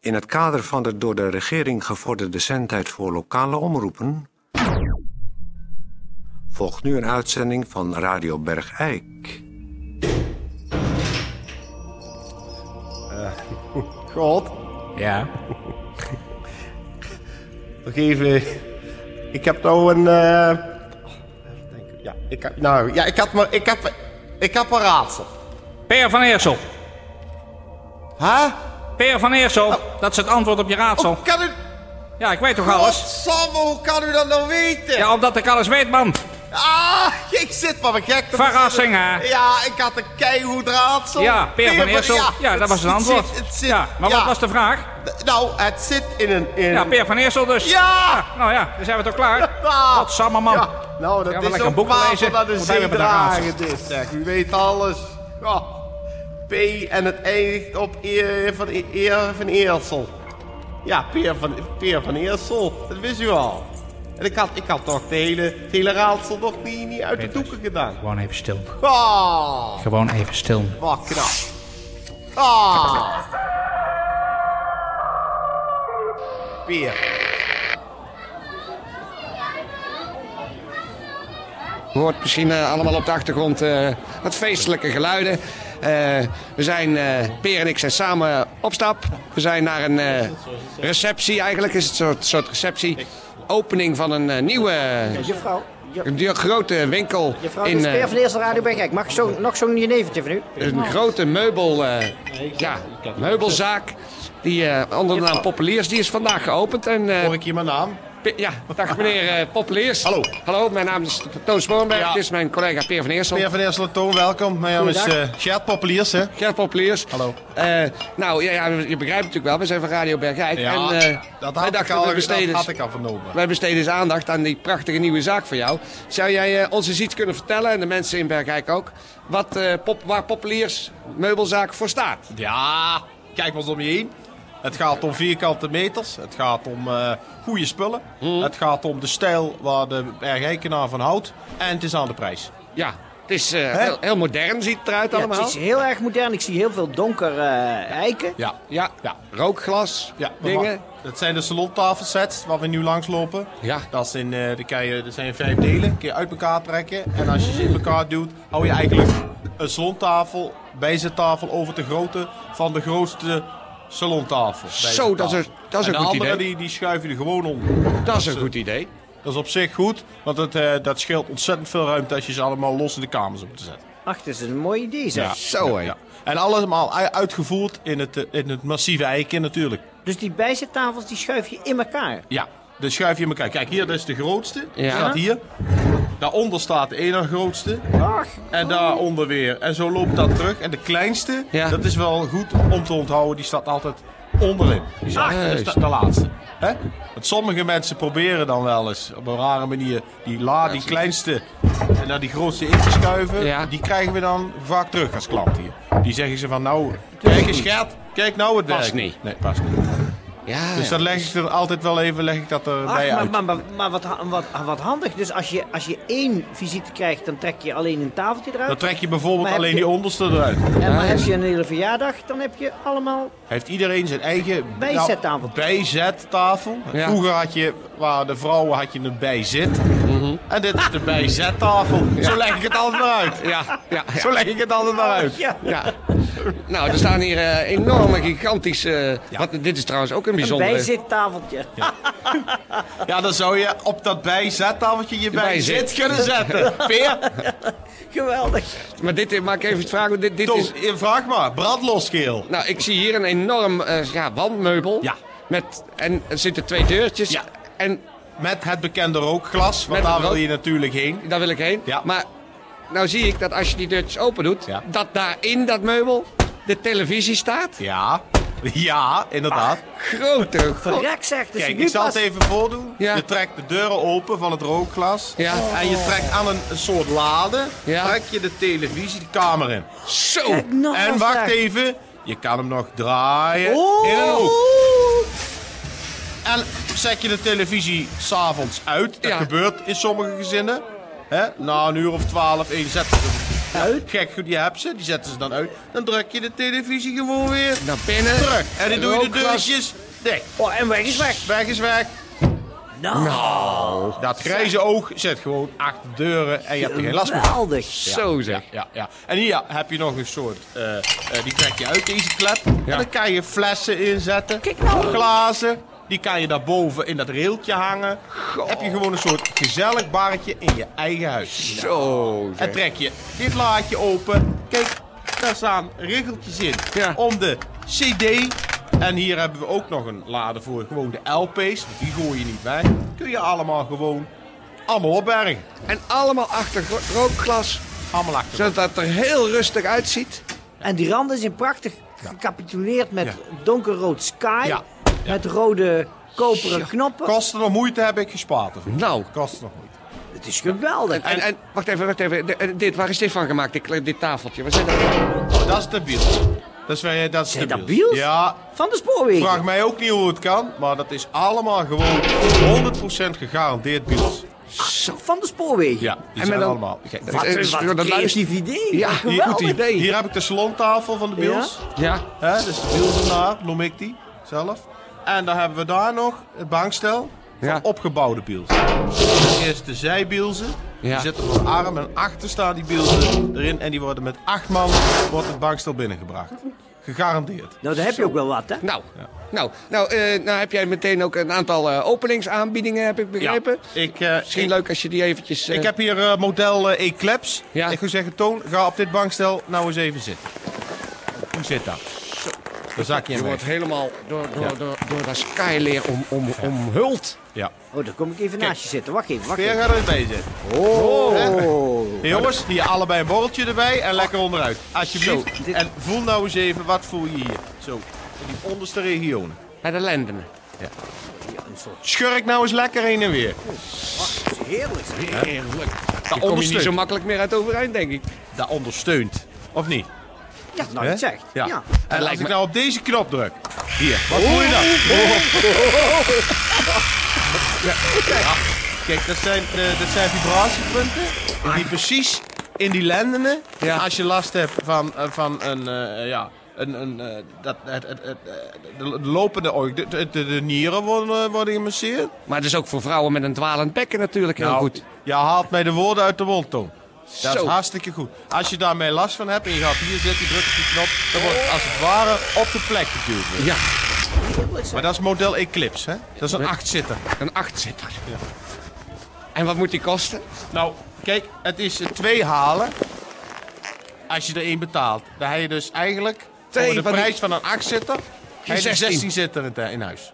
In het kader van de door de regering gevorderde zendtijd voor lokale omroepen. volgt nu een uitzending van Radio Bergijk. God, Ja. nog even. Ik heb nou een. eh, even denken. Ja, ik heb. Nou, ja, ik had maar. Ik heb. Ik heb een raadsel. Per van Eersel. Hè? Per van Eersel. Oh. Dat is het antwoord op je raadsel. Hoe kan u. Ja, ik weet toch Oh, alles? Godsamme, hoe kan u dat nou weten? Ja, omdat ik alles weet, man. Ah, ik zit maar wat gek te Verrassing, hè? Ja, ik had een keigoed raadsel. Ja, Peer van Eersel. Ja, dat het- was een het antwoord. zit- het zit- Ja, maar wat was de vraag? D- Nou, het zit in een... In Ja, een- Peer van Eersel dus. Ja! Nou ja, dan zijn we toch klaar? Ah. Wat samen, man. Ja, nou, dat Gaan we is lekker ook boeken water lezen? naar de Want wij zee hebben daar dragen dit, zeg. U weet alles. Ja. P en het eindigt op Eer van, E- Eer van Eersel. Ja, Peer van, Peer van Eersel. Dat wist u al. En ik had, ik had toch de hele, het hele raadsel nog niet, niet uit de doeken gedaan. Gewoon even stil. Ah, Gewoon even stil. wat knap. Ah. Peer. hoort misschien eh, allemaal op de achtergrond eh, wat feestelijke geluiden. Eh, we zijn, eh, Peer en ik zijn samen op stap. We zijn naar een eh, receptie, eigenlijk is het een soort, soort receptie. Opening van een eh, nieuwe Juffrouw, ju- een grote winkel. juffrouw, in, dit eh, is Peer van de Eerste Radio Bergijk. Mag ik zo, nog zo'n neventje van u? een grote meubel, eh, ja, meubelzaak. Die eh, onder de naam Poppeliers, die is vandaag geopend. En, eh, ik je mijn naam? Pe- Ja, dag meneer eh, Poppeliers. Hallo. Hallo, mijn naam is Toon Spoornberg. Ja. Dit is mijn collega Peer van Eersel. Peer van Eersel Toon, welkom. Mijn naam is eh Goeiedag. Gert Populiers, hè? Gert Poppeliers. Hallo. Eh, nou, ja, ja, je begrijpt natuurlijk wel, we zijn van Radio Bergijk. en, eh, dat wij had ik dachten, al, we dat besteden had ik al vernomen. Wij besteden eens aandacht aan die prachtige nieuwe zaak van jou. Zou jij eh, ons eens iets kunnen vertellen, en de mensen in Bergijk ook, wat, eh, pop, waar Poppeliers meubelzaak voor staat? Ja, kijk maar eens om je heen. Het gaat om vierkante meters. Het gaat om eh goede spullen. Mhm. Het gaat om de stijl waar de bergheikenaar van houdt. En het is aan de prijs. Ja, het is eh, Hè? heel, heel modern ziet het eruit Ja, allemaal. het is heel erg modern. Ik zie heel veel donker eh, eiken. Ja. Ja, Ja. rookglas, ja we dingen. wa- Dat zijn de salontafelsets waar we nu langslopen. Ja. Dat, zijn, eh die kan je, dat zijn vijf delen. Kun je uit elkaar trekken. En als je ze in elkaar duwt, hou je eigenlijk een salontafel, bijzettafel over de grootte van de grootste salontafel. bijzettafel. dat is een- dat is en een de goed andere, idee. Die, die schuif je er gewoon onder. Dat is een goed idee. Dat is op zich goed, want het, eh, dat scheelt ontzettend veel ruimte als je ze allemaal los in de kamers op te zetten. Ach, dat is een mooi idee zeg. Zo hé. En allemaal u- uitgevoerd in het, eh, in het massieve eiken natuurlijk. Dus die bijzettafels die schuif je in elkaar. Ja, dan Dus schuif je hem elkaar. Kijk, hier dat is de grootste. Die Ja. staat hier. Daaronder staat de ene grootste. Ach, En daaronder weer. En zo loopt dat terug. En de kleinste, Ja. dat is wel goed om te onthouden, die staat altijd onderin. Die is achter, dat is Juist. de, de laatste. Hè? Want sommige mensen proberen dan wel eens op een rare manier die, la, die kleinste en naar die grootste in te schuiven. Ja. Die krijgen we dan vaak terug als klant hier. Die zeggen ze van nou, kijk eens Gert, kijk nou het Past werk. niet. Nee, past niet. Ja, Dus ja. dat leg ik er altijd wel even leg ik dat ach erbij maar, uit. maar, maar, maar wat, ha- wat, wat handig. Dus als je, als je één visite krijgt, dan trek je alleen een tafeltje eruit. Dan trek je bijvoorbeeld Maar heb alleen je- die onderste eruit. En maar heb je een hele verjaardag, dan heb je allemaal... Heeft iedereen zijn eigen Bijzettafel. Nou, bijzettafel. Ja. Vroeger had je, waar de vrouwen had je een bijzit. Mhm. En dit is de bijzettafel. Zo leg ik het altijd maar uit. ja, ja, ja. Zo leg ik het altijd maar uit. Ja. Ja. Nou, er staan hier eh, enorme, gigantische... wat, dit is trouwens ook een Een bijzondere... bijzittafeltje. Ja, dan zou je op dat bijzettafeltje je bijzit. bijzit kunnen zetten. Peer, Geweldig. Maar dit, maar ik even vragen, dit, dit is... Toon, eh, vraag maar. Brandloskeel. Nou, ik zie hier een enorm eh, ja, wandmeubel. Ja. Met, en er zitten twee deurtjes. Ja. En Met het bekende rookglas, want Met daar het wil rook- je natuurlijk heen. daar wil ik heen. Ja. Maar nou zie ik dat als je die deurtjes open doet, Ja. dat daar in dat meubel de televisie staat. Ja, ja, inderdaad. Ah, Grote... god. Verrek zeg, dus Kijk, nu ik zal pas- het even voordoen. Ja. Je trekt de deuren open van het rookglas. Ja. En je trekt aan een, een soort lade. Ja. Trek je de televisie de kamer in. Zo! Kijk nou en eens, wacht zeg. even. Je kan hem nog draaien in een hoek. En zet je de televisie s'avonds uit. Dat Ja. gebeurt in sommige gezinnen. Hè? Na een uur of twaalf. En je zet hem uit. Gek goed, je hebt ze, die zetten ze dan uit. Dan druk je de televisie gewoon weer Naar binnen. terug. En dan doe je de Rookglas. deurtjes dicht. Oh, en weg is weg. Weg is weg. Nou, Dat grijze oog zit gewoon achter de deuren en je hebt er geen last meer van. geweldig. Zo zeg. Ja, ja. En hier heb je nog een soort, eh, eh, die trek je uit deze klep. En dan kan je flessen inzetten, nou. glazen. Die kan je daarboven in dat railtje hangen. Heb je gewoon een soort gezellig barretje in je eigen huis. Zo En zeg. trek je dit laadje open. Kijk, daar staan riggeltjes in. Ja. Om de CD. En hier hebben we ook nog een lade voor. Gewoon de LP's. want Die gooi je niet weg. Kun je allemaal gewoon allemaal opbergen. En allemaal achter ro- rookglas, Allemaal achter. zodat het er heel rustig uitziet. En die randen zijn prachtig gecapituleerd met donkerrood sky. Ja. Met rode koperen knoppen. Kosten nog moeite heb ik gespaard ervoor. Nou. Kosten nog moeite. Het is geweldig. En, en wacht even, wacht even. De- eh, dit, waar is dit van gemaakt? Dit, kle- dit tafeltje. Waar zijn dat? Oh, dat is debiel. Dat is, weer- dat is Zijn dat debiel. biels? Ja, Van de spoorwegen. vraag mij ook niet hoe het kan. Maar dat is allemaal gewoon 100% gegarandeerd biels. Van de spoorwegen. Ja, die En zijn met een- allemaal gek. Wat- Wat, Eh, een- wat een dat luistert- creatief idee. Ja, Hier, geweldig. goed idee. hier heb ik de salontafel van de biels. Ja. Hè, dus de wieldenaar noem ik die zelf. En dan hebben we daar nog het bankstel van Ja. opgebouwde biels. Dat is de zijbielsen. Ja. Die zitten op een arm en achter staan die bielsen erin. En die worden met acht man wordt het bankstel binnengebracht. Gegarandeerd. Nou, daar heb je ook wel wat, hè? Nou, nou, nou, eh, nou heb jij meteen ook een aantal eh, openingsaanbiedingen, heb ik begrepen. Ik, eh, Misschien ik, leuk als je die eventjes... eh, ik heb hier eh, model eh, Eclipse. Ja. Ik zou zeggen, Toon, ga op dit bankstel nou eens even zitten. Hoe zit dat? Dan zak je Je hem wordt weg. helemaal door, door, door, door dat skyleer om, om, omhuld. Ja. Oh, daar kom ik even naast je zitten. Wacht even, wacht Peer, even. ga er eens bij zitten. Oh. Hey, jongens, hier allebei een borreltje erbij en lekker onderuit. Alsjeblieft. Zo, dit- En voel nou eens even, wat voel je hier? Zo, in die onderste regionen. Bij de lenden. Schurk nou eens lekker heen en weer. Heerlijk. zeg. Heerlijk. Daar kom je niet ondersteunt. zo makkelijk meer uit overeind, denk ik. Dat ondersteunt. Of niet? Ja, nou, je zegt. Ja. En als lijkt ik me- nou op deze knop druk. Hier, wat voel je dan? Oh. Ja, ja. Kijk, dat zijn, eh, dat zijn vibratiepunten. Die precies in die lendenen. Ah. Ja. Als je last hebt van, eh, van een. eh, ja, een, een, eh, dat, het, het, het, eh, de lopende oog. De, de, de- de nieren worden, eh, worden gemasseerd. Maar het is ook voor vrouwen met een dwalend bekken natuurlijk heel Nou, goed. Je haalt mij de woorden uit de mond, Toon. Dat Zo. is hartstikke goed. Als je daarmee last van hebt en je gaat hier zitten, je drukt op die knop, dan wordt Oh. het als het ware op de plek geduwd. Ja, Maar dat is model Eclipse, hè? Dat is een achtzitter. een achtzitter. En wat moet die kosten? Nou, kijk, het is eh, twee halen als je er één betaalt. Dan heb je dus eigenlijk Twee voor de van die- prijs van een achtzitter, heb je 16. 16 zitter in, th- in huis.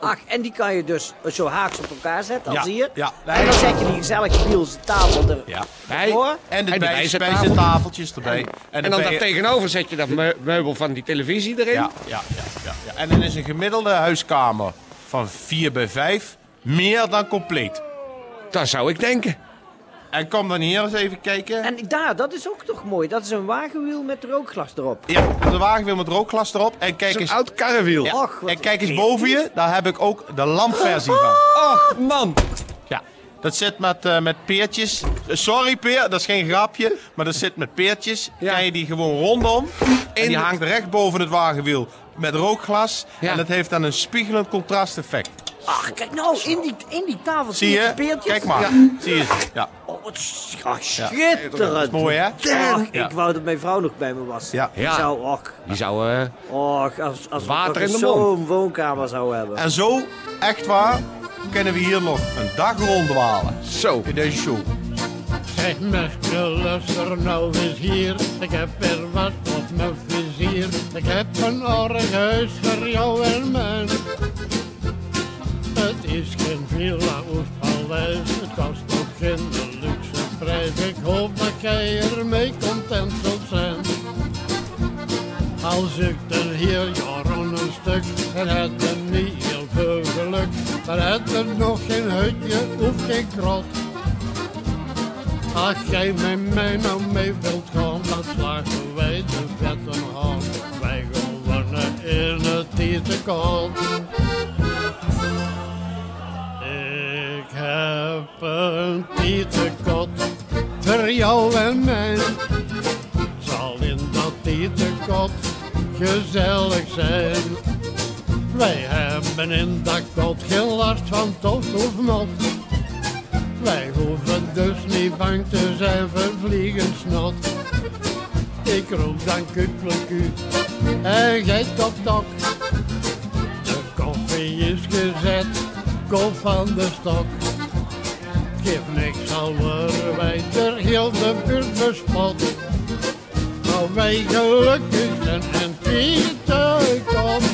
Ach, en die kan je dus zo haaks op elkaar zetten, als Ja, hier. ja. En dan zet je die gezellige bielse tafel er. Ja. Hoor. En de En die bijs- bijzettafel. bijzettafeltjes erbij. En, En dan ben daar je- tegenover zet je dat meu- meubel van die televisie erin. Ja, ja, ja, ja, ja. En dan is een gemiddelde huiskamer van 4 bij 5 meer dan compleet. Dat zou ik denken. En kom dan hier eens even kijken. En daar, dat is ook toch mooi. Dat is een wagenwiel met rookglas erop. Ja, de wagen weer met rookglas erop. En kijk Zo'n eens, oud karrewiel. ja, Och, wat en kijk eens boven je, daar heb ik ook de Ah. lampversie van. Och, Oh, man. Ja, dat zit met, eh, met peertjes. Eh, Sorry peer, dat is geen grapje, maar dat zit met peertjes. Ja. Kan je die gewoon rondom. En die de- hangt recht boven het wagenwiel met rookglas. Ja. En dat heeft dan een spiegelend contrasteffect. Ach, kijk nou, in die, in die tafel Zie die je? peertjes. Kijk maar. Zie je? ze? Ja. Oh, wat sch- ah, schitterend. Dat mooi, hè? Ja. Ik wou dat mijn vrouw nog bij me was. Ja. Ik zou, och, Die zou... eh, och als, als Water we in de zo'n woonkamer zou hebben. En zo, echt waar, kunnen we hier nog een dag ronddwalen zo. in deze show. Zeg Merkel, luister nou eens hier. Ik heb weer wat op mijn vizier. Ik heb een orghuis voor jou en mij. Het is geen villa of paleis. Het kost ook geen luxe prijs. Ik hoop dat jij ermee content zult zijn. Als ik er hier jaren een stuk, dan heb ik niet heel veel geluk. Dan heb ik nog geen hutje of geen krot. Als jij met mij nou mee wilt gaan, dan slagen wij de vetten hand. Wij gewonnen in het tiende kant. Ik heb een tietenkot voor jou en mij. kot gezellig zijn. Wij hebben in dat kot geen last van tocht of mot. Wij hoeven dus niet bang te zijn voor vliegend snot. Ik roep dan kukleku en jij top dok. De koffie is gezet, kom van de stok. Geef niks al worden wij ter heel de buurt bespot. Hou wij gelukkig zijn en Pieter komt.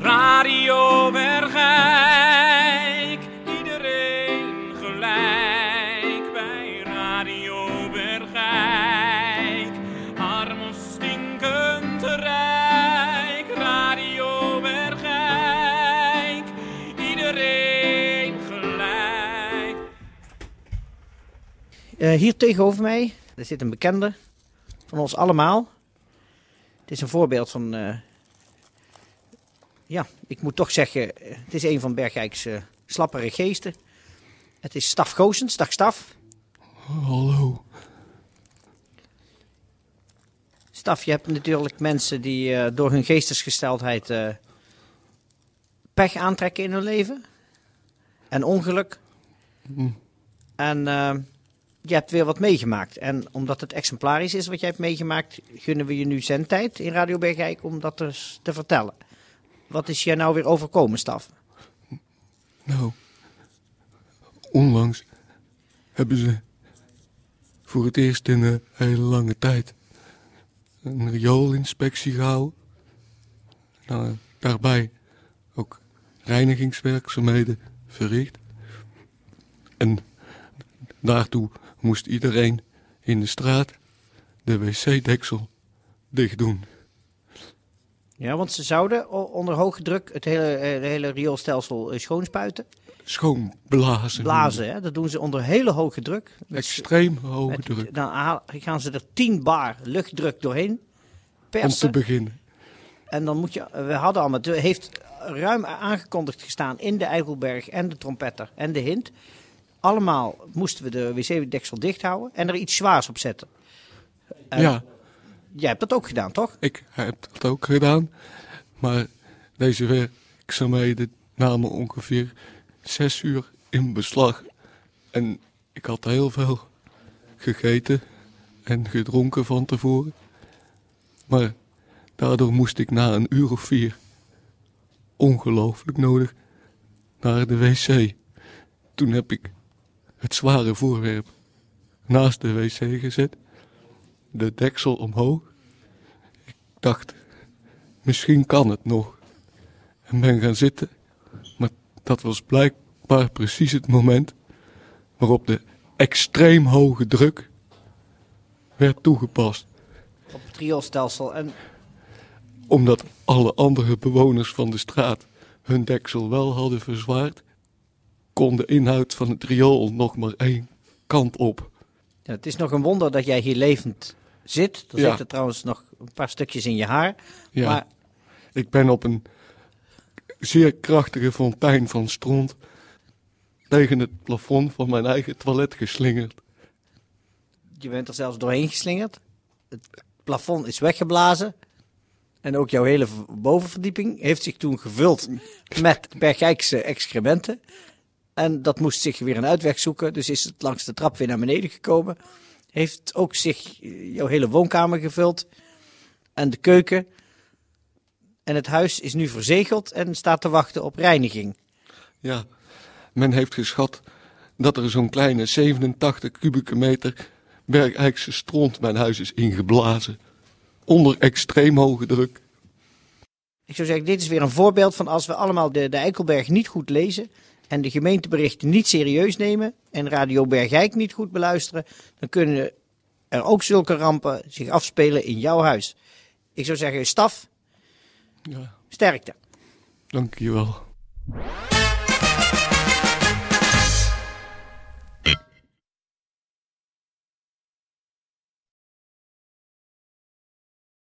Radio Bergijk, iedereen gelijk bij Radio Bergijk. Arm of stinkend rijk, Radio Bergijk, iedereen gelijk. Eh, hier tegenover mij er zit een bekende van ons allemaal. Het is een voorbeeld van. eh, ja, ik moet toch zeggen, eh, het is een van Bergijk's eh, slappere geesten. Het is Staf Goosens. Dag Staf. Hallo. Staf, je hebt natuurlijk mensen die eh, door hun geestesgesteldheid eh, pech aantrekken in hun leven. En ongeluk. En eh, je hebt weer wat meegemaakt. En omdat het exemplarisch is wat jij hebt meegemaakt, gunnen we je nu zendtijd in Radio Bergijk om dat dus te vertellen. Wat is je nou weer overkomen, Staf? Nou, onlangs hebben ze voor het eerst in een hele lange tijd een rioolinspectie gehouden. Nou, daarbij ook reinigingswerkzaamheden verricht. En daartoe moest iedereen in de straat de wc-deksel dicht doen. Ja, want ze zouden o- onder hoge druk het hele, eh, het hele rioolstelsel eh, schoonspuiten. Schoonblazen. Blazen, hè? dat doen ze onder hele hoge druk. Met s- Extreem hoge Met- druk. Dan haal- gaan ze er 10 bar luchtdruk doorheen Om te persen. beginnen. en dan moet je, we hadden allemaal, het heeft ruim aangekondigd gestaan in de Eikelberg en de trompetter en de hint. Allemaal moesten we de wc-deksel dicht houden en er iets zwaars op zetten. ja. Jij hebt dat ook gedaan, toch? Ik heb dat ook gedaan. Maar deze werkzaamheden namen ongeveer zes uur in beslag. En ik had heel veel gegeten en gedronken van tevoren. Maar daardoor moest ik na een uur of vier ongelooflijk nodig naar de wc. Toen heb ik het zware voorwerp naast de wc gezet, de deksel omhoog dacht, misschien kan het nog. En ben gaan zitten. Maar dat was blijkbaar precies het moment waarop de extreem hoge druk werd toegepast. Op het rioolstelsel. En Omdat alle andere bewoners van de straat hun deksel wel hadden verzwaard, kon de inhoud van het riool nog maar één kant op. ja, het is nog een wonder dat jij hier levend zit. Er Ja. zitten trouwens nog een paar stukjes in je haar. Ja. Maar Ik ben op een zeer krachtige fontein van stront tegen het plafond van mijn eigen toilet geslingerd. je bent er zelfs doorheen geslingerd. Het plafond is weggeblazen. En ook jouw hele v- bovenverdieping heeft zich toen gevuld met Bergijkse excrementen. En dat moest zich weer een uitweg zoeken. Dus is het langs de trap weer naar beneden gekomen. Heeft ook zich eh, jouw hele woonkamer gevuld. En de keuken. En het huis is nu verzegeld en staat te wachten op reiniging. Ja, men heeft geschat dat er zo'n kleine 87 kubieke meter bergijkse stront mijn huis is ingeblazen. Onder extreem hoge druk. Ik zou zeggen, dit is weer een voorbeeld van als we allemaal de, de Eikelberg niet goed lezen en de gemeenteberichten niet serieus nemen en Radio Bergijk niet goed beluisteren, dan kunnen er ook zulke rampen zich afspelen in jouw huis. Ik zou zeggen, staf, Ja, sterkte. dankjewel.